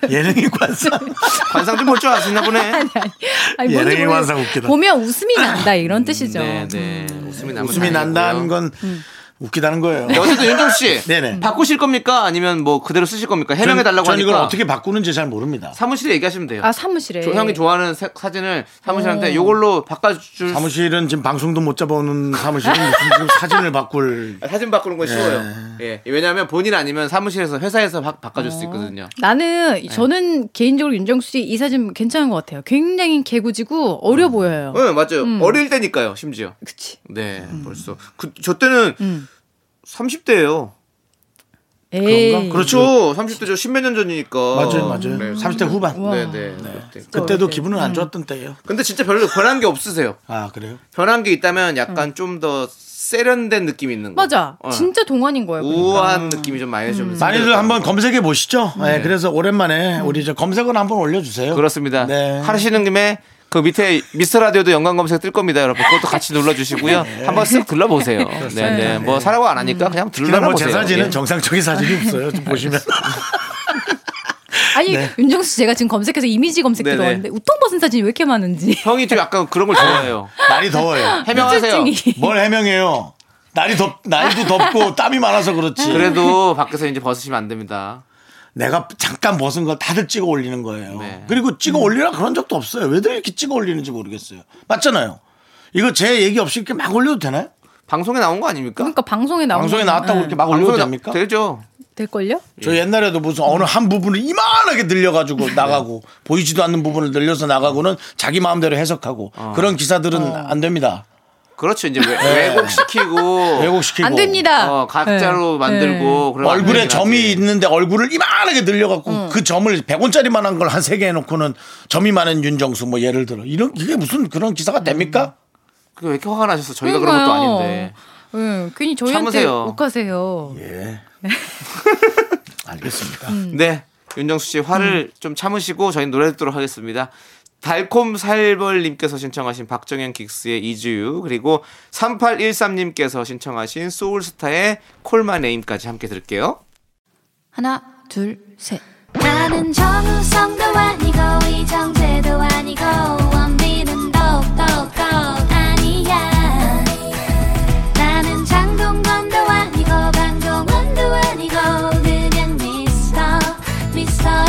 태어나. 예능인 관상. 관상 좀 볼 줄 아시나 보네. 아니, 뭔지 예능인 모르겠- 관상 웃기다. 보면 웃음이 난다 이런 뜻이죠. 네, 네. 웃음이 나면 웃음이 난다는 다행이고요. 건 웃기다는 거예요. 네, 어쨌든 윤정 씨 네네. 바꾸실 겁니까 아니면 뭐 그대로 쓰실 겁니까 해명해 달라고 전 하니까 이걸 어떻게 바꾸는지 잘 모릅니다. 사무실에 얘기하시면 돼요. 아 음. 사무실에. 조- 형이 좋아하는 사, 진을 사무실한테 요걸로 바꿔줄 수- 사무실은 지금 방송도 못 잡아오는 사무실은 무슨 지금 사진을 바꿀 사진 바꾸는 건 쉬워요. 네. 예. 왜냐하면 본인 아니면 사무실에서 회사에서 바, 바꿔줄 어. 수 있거든요. 네. 나는 저는 개인적으로 윤정수 씨 이 사진 괜찮은 것 같아요. 굉장히 개구지고 어려 보여요. 응 맞아요. 음. 어릴 때니까요 심지어. 그치. 네 벌써 그 저 때는 음. 30대예요. 에이. 그렇죠. 30대죠. 십몇 년 전이니까. 맞아요, 맞아요. 음. 30대 후반. 어. 네, 네. 그때. 그때도 기분은 안 좋았던 때예요. 근데 진짜 별로 변한 게 없으세요. 아 그래요? 변한 게 있다면 약간 좀 더 세련된 느낌이 있는 거. 음. 맞아. 어. 진짜 그러니까. 음. 동안인 거예요. 우아한 느낌이 좀 많이 좀. 많이들 한번 검색해 보시죠. 네. 그래서 오랜만에 우리 저 검색어는 한번 올려주세요. 그렇습니다. 네. 하시는 김에 그 밑에 미스터 라디오도 연관 검색 뜰 겁니다, 여러분. 그것도 같이 눌러주시고요. 네. 한번 쓱 둘러보세요. 네, 네. 뭐 사라고 안 음. 하니까 그냥 그냥 둘러보세요. 뭐제 사진은 예. 정상적인 사진이 없어요. 좀 보시면 아니 윤정수 씨 제가 지금 검색해서 이미지 검색 네. 네네. 들어왔는데 우통 벗은 사진이 왜 이렇게 많은지. 형이 좀 약간 그런 걸 좋아해요. 날이 더워요. 해명하세요. 우울증이. 뭘 해명해요? 날이 덥 날도 덥고 땀이 많아서 그렇지. 그래도 밖에서 이제 벗으시면 안 됩니다. 내가 잠깐 벗은 걸 다들 찍어 올리는 거예요. 네. 그리고 찍어 올리라 그런 적도 없어요. 왜들 이렇게 찍어 올리는지 모르겠어요. 맞잖아요. 이거 제 얘기 없이 이렇게 막 올려도 되나요? 방송에 나온 거 아닙니까? 그러니까 방송에 나온 방송에 거는- 나왔다고 네. 이렇게 막 올려도 방송에 나- 됩니까? 되죠. 될걸요? 저 옛날에도 무슨 어느 한 부분을 이만하게 늘려가지고 나가고 보이지도 않는 부분을 늘려서 나가고는 자기 마음대로 해석하고 그런 기사들은 어. 안 됩니다. 그렇죠. 이제 외, 왜곡시키고 네. 왜곡시키고 안 됩니다. 어, 각자로 네. 만들고 그러면 안 얼굴에 되긴 점이 하지. 있는데 얼굴을 이만하게 늘려갖고 음. 그 점을 100원짜리만 한 걸 한 세 개 해놓고는 점이 많은 윤정수 뭐 예를 들어 이런 이게 무슨 그런 기사가 됩니까? 그게 왜 이렇게 화가 나셨어? 저희가 그런 것도 그러니까요. 아닌데. 네, 괜히 저희한테 참으세요. 욱하세요. 예. 알겠습니다. 음. 네. 윤정수 씨 화를 좀 참으시고 저희 노래 듣도록 하겠습니다. 달콤 살벌님께서 신청하신 박정현 긱스의 이주유 그리고 3813님께서 신청하신 소울스타의 콜마네임까지 함께 들을게요. 하나, 둘, 셋. 나는 정우성도 아니고 이정재도 아니고 원빈은 더욱더 아니야 나는 장동건도 아니고 강동원도 아니고 그냥 미스터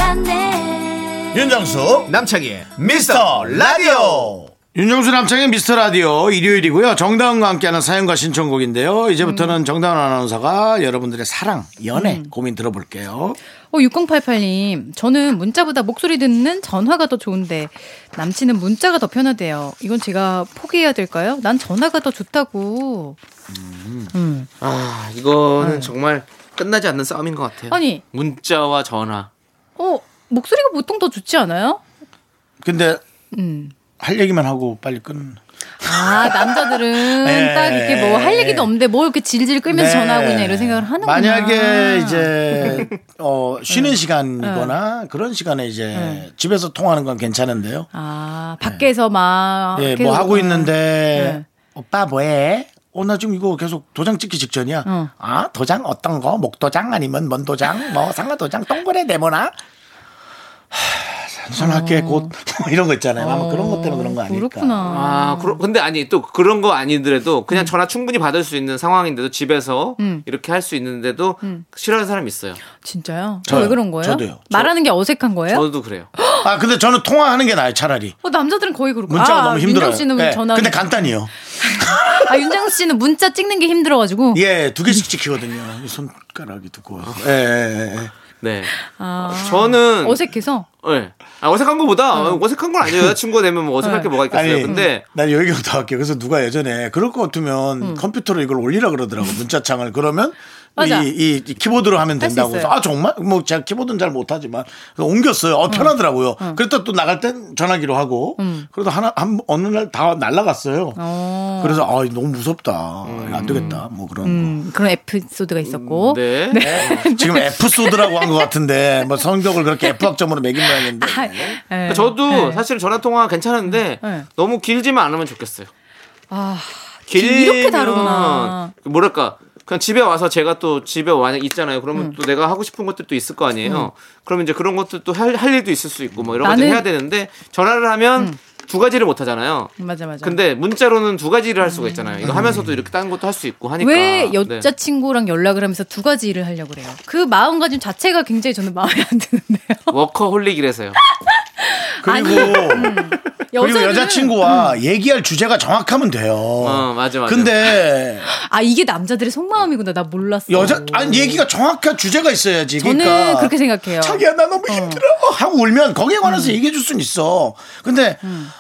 미스터란데 윤정수 남창희의 미스터 라디오 윤정수 남창의 미스터 라디오 일요일이고요. 정다은과 함께하는 사연과 신청곡인데요. 이제부터는 음. 정다은 아나운서가 여러분들의 사랑, 연애 고민 들어볼게요. 어, 6088님, 저는 문자보다 목소리 듣는 전화가 더 좋은데 남친은 문자가 더 편하대요. 이건 제가 포기해야 될까요? 난 전화가 더 좋다고. 음. 아 이거는 정말 끝나지 않는 싸움인 것 같아요. 네. 아니. 문자와 전화. 어, 목소리가 보통 더 좋지 않아요? 근데 음. 할 얘기만 하고 빨리 끊. 아, 남자들은 네. 예, 딱 이렇게 뭐 할 예. 얘기도 없는데 뭐 이렇게 질질 끌면서 네. 전화하고 그냥 이런 생각을 하는구나. 음. 만약에 이제 어, 쉬는 시간이거나 그런 시간에 이제 집에서 통하는 건 괜찮은데요. 아, 밖에서 막. 예, 계속- 뭐 하고 있는데 네. 오빠 뭐해? 어, 나 지금 이거 계속 도장 찍기 직전이야. 어. 아, 도장 어떤 거? 목도장 아니면 먼도장? 뭐 상가도장? 동그래 네모나? 하, 선할게 곧 이런 거 있잖아요. 아마 그런 것 때문에 그런 거 아닐까. 어. 그렇구나. 아, 그러, 근데 아니 또 그런 거 아니더라도 그냥 전화 충분히 받을 수 있는 상황인데도 집에서 음. 이렇게 할 수 있는데도 싫어하는 사람 있어요. 진짜요? 저 저요. 왜 그런 거예요? 저도요. 저- 말하는 게 어색한 거예요? 저도 그래요. 아, 근데 저는 통화하는 게 나아요, 차라리. 어, 남자들은 거의 그렇고. 문자가 아, 너무 힘들어요. 윤정 씨는 예, 전화. 근데 간단해요. 아, 윤정수 씨는 문자 찍는 게 힘들어가지고. 예, 두 개씩 찍히거든요. 이 손가락이 두꺼워서. 예, 예, 예. 네. 아, 저는 어색해서. 네. 아, 어색한 거보다 음. 어색한 건 아니에요. 여자친구가 되면 뭐 네. 어색할 게 뭐가 있겠어요. 근데 난 여기가 더 할게요. 그래서 누가 예전에 그럴 것 같으면 컴퓨터로 이걸 올리라 그러더라고 문자창을 그러면 음. 맞아. 이, 이, 이 키보드로 하면 할수 된다고 해서 있어요. 아 정말 뭐 제가 키보드는 잘 못하지만 그래서 옮겼어요. 어 편하더라고요. 음. 그랬다 또 나갈 땐 전화기로 하고 그래도 하나 한 어느 날 다 날라갔어요. 어. 그래서 아 너무 무섭다. 음. 안 되겠다. 뭐 그런 음, 그런 에피소드가 음, 있었고. 네. 거. 지금 에피소드라고 한 것 같은데 뭐 성격을 그렇게 F학점으로 매긴 모양인데 아, 예. 저도 사실 전화 통화 괜찮은데 네. 너무 길지만 않으면 좋겠어요. 아, 길면 이렇게 다르구나. 뭐랄까 그냥 집에 와서 제가 또 집에 와 있잖아요. 그러면 음. 또 내가 하고 싶은 것들도 있을 거 아니에요. 그러면 이제 그런 것도 또할 할 일도 있을 수 있고 뭐 이런 것들 나는- 음. 해야 되는데 전화를 하면 두 가지를 못 하잖아요. 맞아, 맞아. 근데 문자로는 두 가지를 할 수가 있잖아요. 이거 하면서도 이렇게 다른 것도 할 수 있고 하니까. 왜 네. 여자친구랑 연락을 하면서 두 가지 일을 하려고 그래요? 그 마음가짐 자체가 굉장히 저는 마음에 안 드는데요. 워커홀릭이라서요. 그리고 음. 그리고 여자는- 여자친구와 음. 얘기할 주제가 정확하면 돼요. 어, 맞아, 맞아. 근데 아, 이게 남자들의 속마음이구나. 나 몰랐어. 여자 아니 얘기가 정확한 주제가 있어야지. 저는 그러니까 그렇게 생각해요. 음. 자기야 나 너무 힘들어 하고 울면 거기에 관해서 얘기해 줄 수는 있어. 근데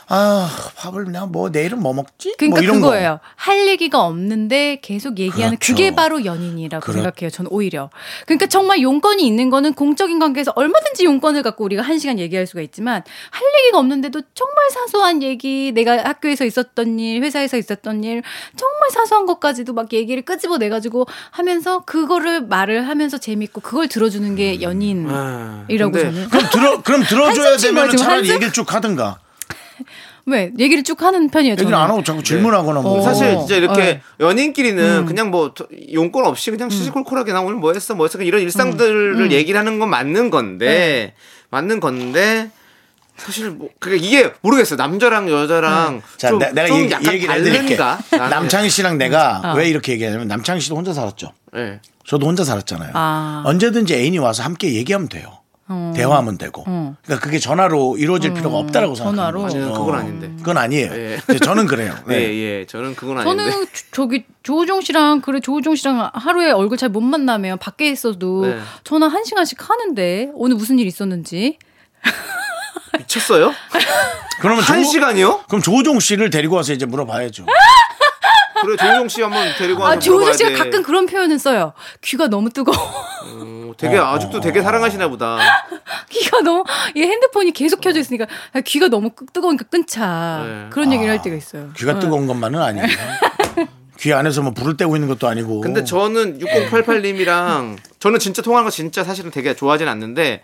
아 밥을 그냥 뭐 내일은 뭐 먹지? 그러니까 뭐 이런 그거예요. 할 얘기가 없는데 계속 얘기하는 그렇죠. 그게 바로 연인이라고 그렇- 생각해요. 전 오히려. 그러니까 정말 용건이 있는 거는 공적인 관계에서 얼마든지 용건을 갖고 우리가 한 시간 얘기할 수가 있지만 할 얘기가 없는데도 정말 사소한 얘기, 내가 학교에서 있었던 일, 회사에서 있었던 일, 정말 사소한 것까지도 막 얘기를 끄집어내 가지고 하면서 그거를 말을 하면서 재밌고 그걸 들어주는 음. 게 아, 연인이라고 근데 저는. 그럼 들어 그럼 들어줘야 한숨 쉰 거야, 되면 지금 차라리 한숨? 얘기를 쭉 하든가. 왜 얘기를 쭉 하는 편이에요. 얘기를 네, 저는. 안 하고 자꾸 질문하거나 뭐. 어. 사실 진짜 이렇게 네. 연인끼리는 음. 그냥 뭐 도- 용건 없이 그냥 시시콜콜하게 나 오늘 뭐 했어 뭐 했어 이런 일상들을 음. 얘기를 하는 건 맞는 네. 건데 맞는 건데 사실 뭐 그게 이게 모르겠어요 남자랑 여자랑 네. 자, 좀, 내, 내가 좀 얘기, 약간 얘기를 해드릴게. 다른가 나는. 남창희 씨랑 내가 아. 왜 이렇게 얘기하냐면 남창희 씨도 혼자 살았죠. 예. 저도 혼자 살았잖아요. 아. 어. 언제든지 애인이 와서 함께 얘기하면 돼요. 대화하면 되고. 그러니까 그게 전화로 이루어질 필요가 없다라고 음. 전화로. 생각합니다. 아니요, 그건 아닌데. 그건 아니에요. 예. 근데 저는 그래요. 네. 예, 예. 저는 그건 아닌데. 저는 조- 저기 조우종 씨랑 그래 조우종 씨랑 하루에 얼굴 잘 못 만나면 밖에 있어도 네. 전화 한 시간씩 하는데 오늘 무슨 일 있었는지 미쳤어요? 그러면 한 조- 시간이요? 그럼 조종 씨를 데리고 와서 이제 물어봐야죠. 그래 조용 씨 한번 데리고 와서 아 조우종 물어봐야 네. 씨가 돼. 가끔 그런 표현을 써요 귀가 너무 뜨거워 어, 되게 아직도 되게 사랑하시나 보다. 귀가 너무 이 핸드폰이 계속 켜져 있으니까 아, 귀가 너무 끄- 뜨거우니까 끊자 네. 그런 얘기를 할 때가 있어요 귀가 뜨거운 것만은 아니에요. 귀 안에서 뭐 불을 떼고 있는 것도 아니고. 근데 저는 6088님이랑 네. 저는 진짜 통화하는 거 진짜 사실은 되게 좋아하진 않는데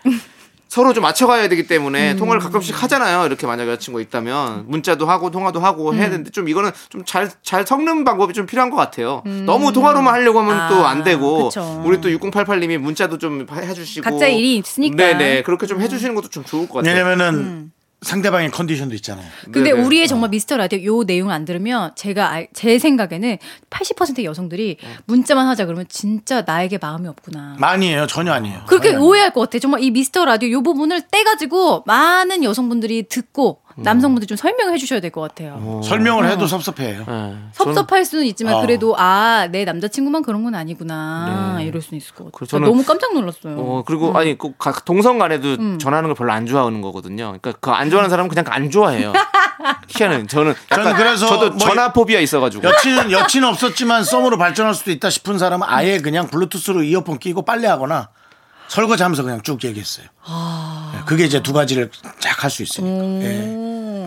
서로 좀 맞춰가야 되기 음. 때문에 통화를 가끔씩 하잖아요. 이렇게 만약 여자친구 있다면 문자도 하고 통화도 음. 하고 해야 되는데 좀 이거는 좀 잘 잘 섞는 방법이 좀 필요한 것 같아요. 너무 통화로만 하려고 하면 음. 아, 또 안 되고 그쵸. 우리 또 6088님이 문자도 좀 해- 해주시고 각자 일이 있으니까. 네네 그렇게 좀 해주시는 것도 좀 좋을 것 같아요. 왜냐면은 음. 상대방의 컨디션도 있잖아요. 근데 네네. 어. 우리의 정말 미스터 라디오 요 내용을 안 들으면 제가 알- 제 생각에는 80% 여성들이 어. 문자만 하자 그러면 진짜 나에게 마음이 없구나 많이에요. 전혀 아니에요. 네. 그렇게 전혀 아니에요. 오해할 것 같아. 정말 이 미스터 라디오 요 부분을 떼가지고 많은 여성분들이 듣고 남성분들 좀 설명을 해주셔야 될 것 어, 같아요. 설명을 어. 해도 섭섭해요. 네. 섭섭할 수는 있지만 어. 그래도 아 내 남자친구만 그런 건 아니구나 이럴 수는 있을 것 같아요. 그래서 저는- 너무 깜짝 놀랐어요. 어 음. 그리고 아니 그 가- 동성 간에도 전하는 걸 별로 안 좋아하는 거거든요. 그러니까 그 안 좋아하는 사람은 그냥 안 좋아해요. 희한해. 저는 약간 저는 그래서 저도 뭐 전화포비아 있어가지고 여친은 여친 없었지만 썸으로 발전할 수도 있다 싶은 사람은 아예 그냥 블루투스로 이어폰 끼고 빨래하거나 설거지하면서 그냥 쭉 얘기했어요. 예, 그게 이제 두 가지를 쫙 할 수 있으니까 음.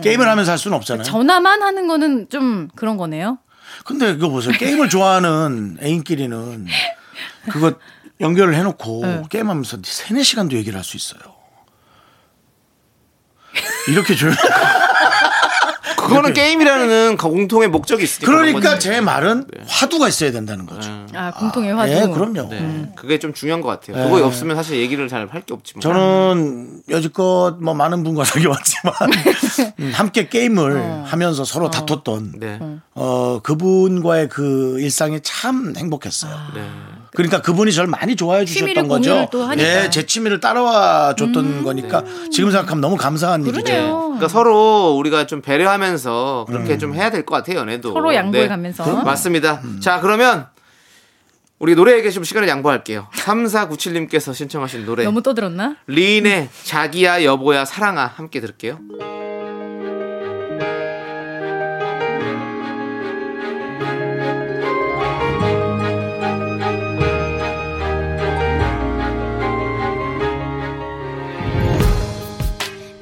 예. 게임을 하면서 할 수는 없잖아요. 전화만 하는 거는 좀 그런 거네요. 근데 그거 보세요. 게임을 좋아하는 애인끼리는 그거 연결을 해놓고 네. 게임하면서 세네 시간도 얘기를 할 수 있어요. 이렇게 조용. 그거는 게임이라는 공통의 목적이 있으니까. 그런 그러니까 거지. 제 말은 화두가 있어야 된다는 거죠. 아 공통의 화두. 음. 예, 그럼요. 네, 그게 좀 중요한 것 같아요. 그거 없으면 사실 얘기를 잘 할 게 네. 없지만. 저는 여지껏 뭐 많은 분과 사귀어왔지만 음, 함께 게임을 어. 하면서 서로 다퉜던 네. 어, 그분과의 그 일상이 참 행복했어요. 네. 그러니까 그분이 저를 많이 좋아해 아, 취미를 주셨던 거죠. 공유를 또 하니까. 음. 네. 예, 제 취미를 따라와 줬던 거니까 지금 생각하면 너무 감사한 네. 일이죠. 그러네요. 그러니까 서로 우리가 좀 배려하면서 음. 그렇게 좀 해야 될 것 같아요, 연애도. 네. 음. 서로 양보해가면서. 그럼. 맞습니다. 음. 자, 그러면 우리 노래에게 좀 시간을 양보할게요. 3497님께서 신청하신 노래. 너무 떠들었나? 리인의 자기야 여보야 사랑아 함께 들을게요.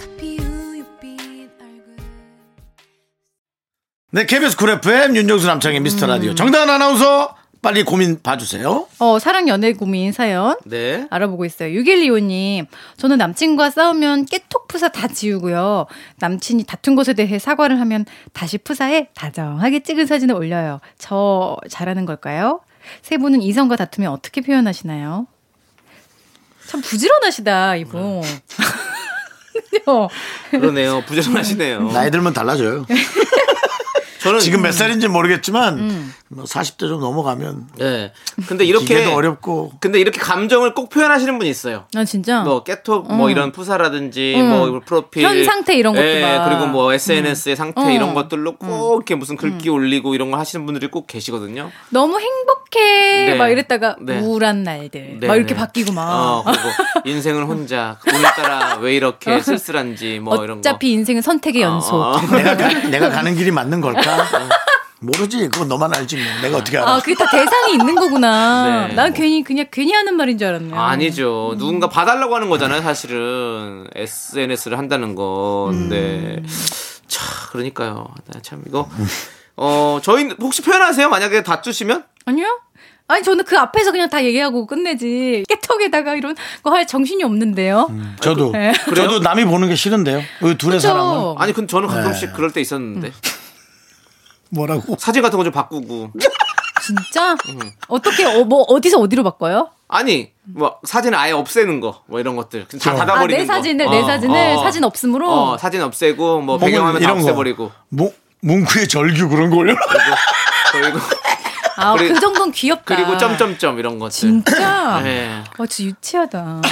커피 우유빛 얼굴 네, KBS 쿨 FM 윤정수 남창의 음. 미스터 라디오 정다은 아나운서 빨리 고민 봐주세요. 어 사랑 연애 고민 사연. 네. 알아보고 있어요. 6125님, 저는 남친과 싸우면 깨톡 푸사 다 지우고요. 남친이 다툰 것에 대해 사과를 하면 다시 푸사에 다정하게 찍은 사진을 올려요. 저 잘하는 걸까요? 세 분은 이성과 다투면 어떻게 표현하시나요? 참 부지런하시다, 이분. 네. 어, 요 그러네요. 부정하시네요. 어. 나이 들면 달라져요. 저는 음. 지금 몇 살인지 모르겠지만 뭐 40대 좀 넘어가면 네. 근데 이렇게 기계도 어렵고 근데 이렇게 감정을 꼭 표현하시는 분이 있어요. 아, 진짜? 뭐 깨톡 뭐 이런 푸사라든지 음. 뭐 프로필 현 상태 이런 것도 예, 막. 음. 그리고 뭐 SNS의 상태 어. 이런 것들로 꼭 이렇게 무슨 글귀 음. 올리고 이런 걸 하시는 분들이 꼭 계시거든요. 너무 행복해 네. 막 이랬다가 네. 우울한 날들 네, 막 이렇게 네. 바뀌고 막 어, 그리고 인생은 혼자 오늘따라 왜 이렇게 쓸쓸한지 뭐 이런 거. 어. 어차피 인생은 선택의 연속 어, 어. 내가 가, 내가 가는 길이 맞는 걸까? 어. 모르지. 그건 너만 알지 뭐. 내가 어떻게 알아? 아, 그게 다 대상이 있는 거구나. 네. 난 괜히 그냥 괜히 하는 말인 줄 알았네. 아니죠. 음. 누군가 봐달라고 하는 거잖아요, 사실은. SNS를 한다는 건. 네. 음. 차, 그러니까요. 나 참, 이거. 어, 저희, 혹시 표현하세요? 만약에 다투시면? 아니요? 아니 저는 그 앞에서 그냥 다 얘기하고 끝내지. 깨턱에다가 이런 거 할 정신이 없는데요. 음. 저도 저도 남이 보는 게 싫은데요. 이 둘의 사랑을 네. 그렇죠. 아니, 근데 저는 가끔씩 네. 그럴 때 있었는데. 음. 뭐라고? 사진 같은 거 좀 바꾸고. 진짜? 음. 어떻게 어, 뭐 어디서 어디로 바꿔요? 아니, 뭐, 사진 아예 없애는 거. 뭐 이런 것들. 그냥 다 아, 닫아버리는 내 거. 사진을 내 어, 사진을 어. 사진 없음으로 어, 사진 없애고, 뭐, 혹은 배경화면 다 이런 거. 없애버리고. 뭐 문구의 절규 그런 거 올려. 그리고, 아, 그리- 그 정도는 귀엽다. 그리고 점점점 이런 것들. 진짜? 네. 어, 진짜 유치하다.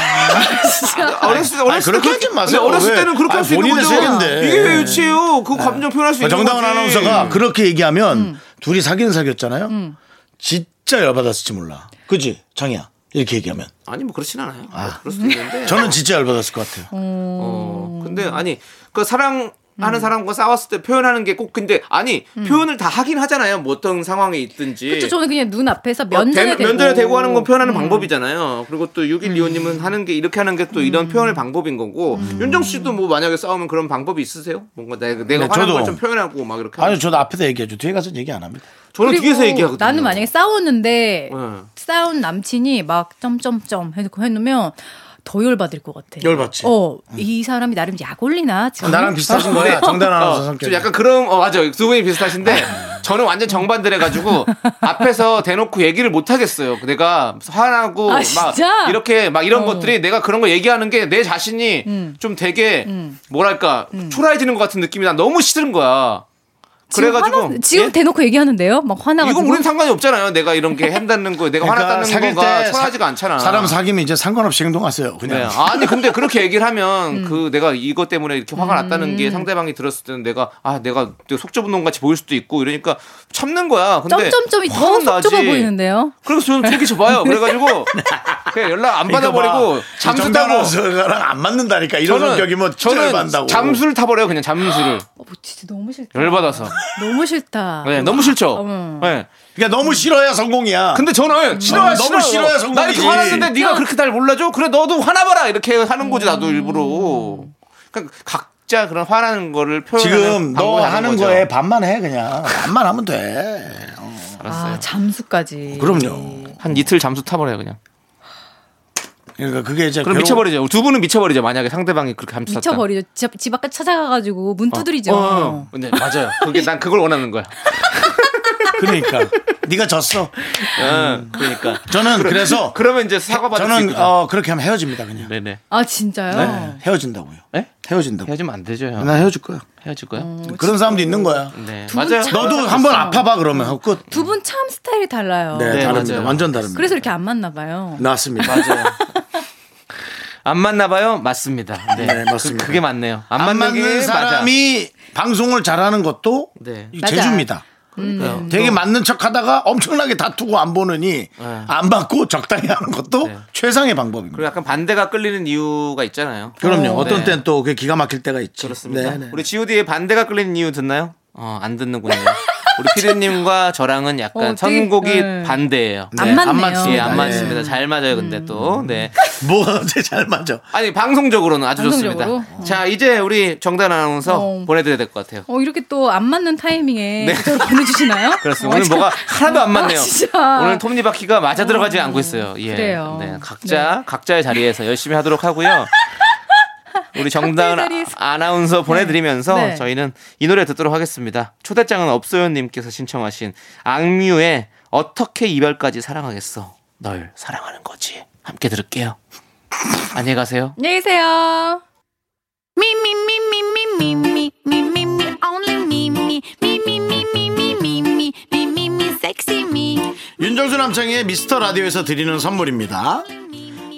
어렸을 때 아니, 어렸을 그렇게 때 하지 마세요. 아니, 어렸을 왜? 때는 그렇게 할 수 아니, 있는 거죠. 본인의 세계인데. 아. 이게 왜 유치해요? 그 감정 표현할 수 있는 정다운 거지. 음. 아나운서가 그렇게 얘기하면 음. 둘이 사귀는 사귀었잖아요. 진짜 열받았을지 몰라. 그지 장이야 이렇게 얘기하면 아니 뭐 그렇진 않아요. 그럴 수도 있는데. 저는 진짜 열받았을 것 음. 같아요. 어, 근데 아니 그 사랑 하는 사람과 싸웠을 때 표현하는 게 꼭 근데 아니 표현을 다 하긴 하잖아요. 뭐 어떤 상황에 있든지. 음. 그렇죠. 저는 그냥 눈 앞에서 예. 어, 면전에 대- 대고 음. 면전에 대고 하는 건 표현하는 방법이잖아요. 그리고 또 6125님은 하는 게 이렇게 하는 게 또 음. 이런 표현의 방법인 거고 윤정 씨도 뭐 만약에 싸우면 그런 방법이 있으세요? 뭔가 내가 내가 네, 화난 저도. 걸 좀 표현하고 막 이렇게. 아니 하는- 저도 앞에서 얘기하죠. 뒤에 가서 얘기 안 합니다. 저는 그리고 뒤에서 얘기하거든요. 나는 만약에 싸웠는데 네. 싸운 남친이 막 점점점 해놓고 해놓으면 더 열받을 것 같아. 열받지. 어, 이 사람이 나름 약 올리나? 아, 지금? 나랑 비슷하신 거예요. 정다운 아나운서 네. 어, 성격. 좀 약간 그런 어 맞아요 두 분이 비슷하신데 저는 완전 정반대래 가지고 앞에서 대놓고 얘기를 못 하겠어요 내가 화나고 아, 막 진짜? 이렇게 막 이런 어. 음. 것들이 내가 그런 거 얘기하는 게 내 자신이 좀 되게 뭐랄까 초라해지는 것 같은 느낌이 나 너무 싫은 거야 지금 그래가지고 화나- 지금 예? 대놓고 얘기하는데요? 막 화나가지고. 이건 우리는 상관이 없잖아요 내가 이런 게 한다는 거 내가 화났다는 거가 그러니까 사- 초라하지가 않잖아 사람 사귀면 이제 상관없이 행동하세요. 네. 그냥 아니 근데 그렇게 얘기를 하면 음. 그 내가 이것 때문에 이렇게 화가 났다는 게 상대방이 들었을 때는 내가 아 내가 속 좁은 놈 같이 보일 수도 있고 이러니까 참는 거야. 근데 점점점이 화는 더속 좁아 나지. 보이는데요? 네. 그래서 저는 속이 좁아요. 그래가지고 그냥 연락 안 그러니까 받아버리고 잠수 타고 저랑 안 맞는다니까 이런 성격이면 진짜 열받는다고. 저는 잠수를 타버려요. 그냥 잠수를 어, 뭐 진짜 너무 싫다. 열받아서. 너무 싫다. 네, 너무 싫죠. 어머. 네. 그러니까 너무 싫어야 성공이야. 근데 저는 싫어요, 음. 너무 싫어야 나 이렇게 성공이지. 화났는데 네가 그렇게 날 몰라줘? 그래 너도 화나봐라 이렇게 하는 거지 나도 음. 일부러. 그러니까 각자 그런 화나는 거를 표현하는 지금 너 방법이 다른 하는 거죠. 거에 반만 해 그냥 반만 하면 돼. 알았어요. 아, 잠수까지. 그럼요. 한 이틀 잠수 타버려요 그냥. 그러니까 그게 이제 그럼 괴로- 미쳐버리죠. 두 분은 미쳐버리죠. 만약에 상대방이 그렇게 감췄다. 네, 미쳐버리죠. 집, 집 앞까지 찾아가가지고 문 두드리죠. 어, 네, 맞아요. 그게 난 그걸 원하는 거야. 그러니까 네가 졌어. 어, 그러니까. 저는 그래서 그러면 이제 사과받을 수 어. 저는 있거든. 어, 그렇게 하면 헤어집니다 그냥. 네네. 아 진짜요? 네, 헤어진다고요. 에? 헤어진다고. 헤어지면 안 되죠. 형. 나 헤어질 거야. 헤어질 거야. 그런 사람도 있는 거야. 네. 음. 두 맞아요. 분 참- 너도 한번 아파봐 그러면 하고 끝. 두 분 참 스타일이 달라요. 네, 네, 다릅니다. 맞아요. 완전 다릅니다. 그래서 이렇게 안 맞나 봐요. 나왔습니다. 맞아요. 안 맞나 봐요? 맞습니다. 네, 네, 맞습니다. 그, 그게 맞네요. 안, 안 맞는 맞는 게 사람이 음. 방송을 잘하는 것도 네. 이 맞아. 재주입니다. 맞아. 음. 되게 맞는 척하다가 엄청나게 다투고 안 보느니 안 받고 적당히 하는 것도 네. 최상의 방법입니다. 그리고 약간 반대가 끌리는 이유가 있잖아요. 그럼요. 어떤 네. 땐 또 그게 기가 막힐 때가 있지. 그렇습니다. 네, 네. 우리 GOD의 반대가 끌리는 이유 듣나요? 어, 안 듣는군요. 우리 피디님과 저랑은 약간 어, 되게- 선곡이 네. 반대예요. 안 네, 안 맞네요. 맞습니다. 예, 안 네. 음. 맞습니다. 잘 맞아요, 근데 또. 네. 뭐가 제일 잘 맞아? 아니, 방송적으로는 아주 방송적으로? 좋습니다. 자, 이제 우리 정단 아나운서 어. 보내드려야 될 것 같아요. 어 이렇게 또 안 맞는 타이밍에 네. 저를 보내주시나요? 그렇습니다. 오늘 어, 뭐가 하나도 안 맞네요. 아, 진짜. 오늘 톱니바퀴가 맞아 들어가지 않고 있어요. 예. 그래요. 네, 각자 각자의 자리에서 열심히 하도록 하고요. 우리 정다은 각자의 자리에서. 아- 아나운서 보내드리면서 네. 저희는 이 노래 듣도록 하겠습니다. 초대장은 업소연님께서 신청하신 악뮤의 어떻게 이별까지 사랑하겠어 널 사랑하는 거지 함께 들을게요. 안녕히 가세요. 안녕히 계세요. Me, me, me, me, me, me, me, me, me, me, only me, me, me, me, me, me, me, me, me, me, me, me, sexy me. 윤정수 남창의 미스터 라디오에서 드리는 선물입니다.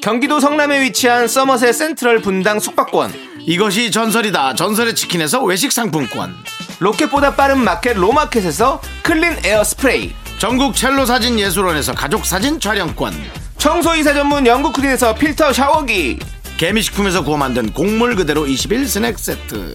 경기도 성남에 위치한 서머셋 센트럴 분당 숙박권 이것이 전설이다. 전설의 치킨에서 외식 상품권. 로켓보다 빠른 마켓 로마켓에서 클린 에어 스프레이 전국 첼로 사진 예술원에서 가족 사진 촬영권. 청소이사 전문 영국 크린에서 필터 샤워기 개미식품에서 구워 만든 곡물 그대로 21 스낵 세트.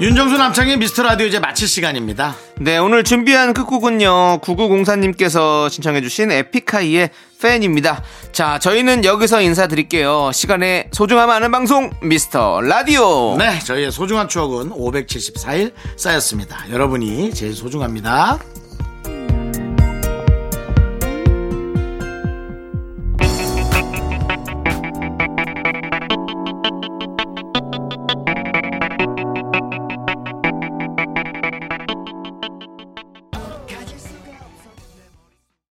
윤정수 남창의 미스터 라디오 이제 마칠 시간입니다. 네 오늘 준비한 끝곡은요 9904님께서 신청해주신 에픽하이의 팬입니다 자 저희는 여기서 인사드릴게요 시간에 소중함 아는 방송 미스터 라디오 네, 저희의 소중한 추억은 574일 쌓였습니다. 여러분이 제일 소중합니다.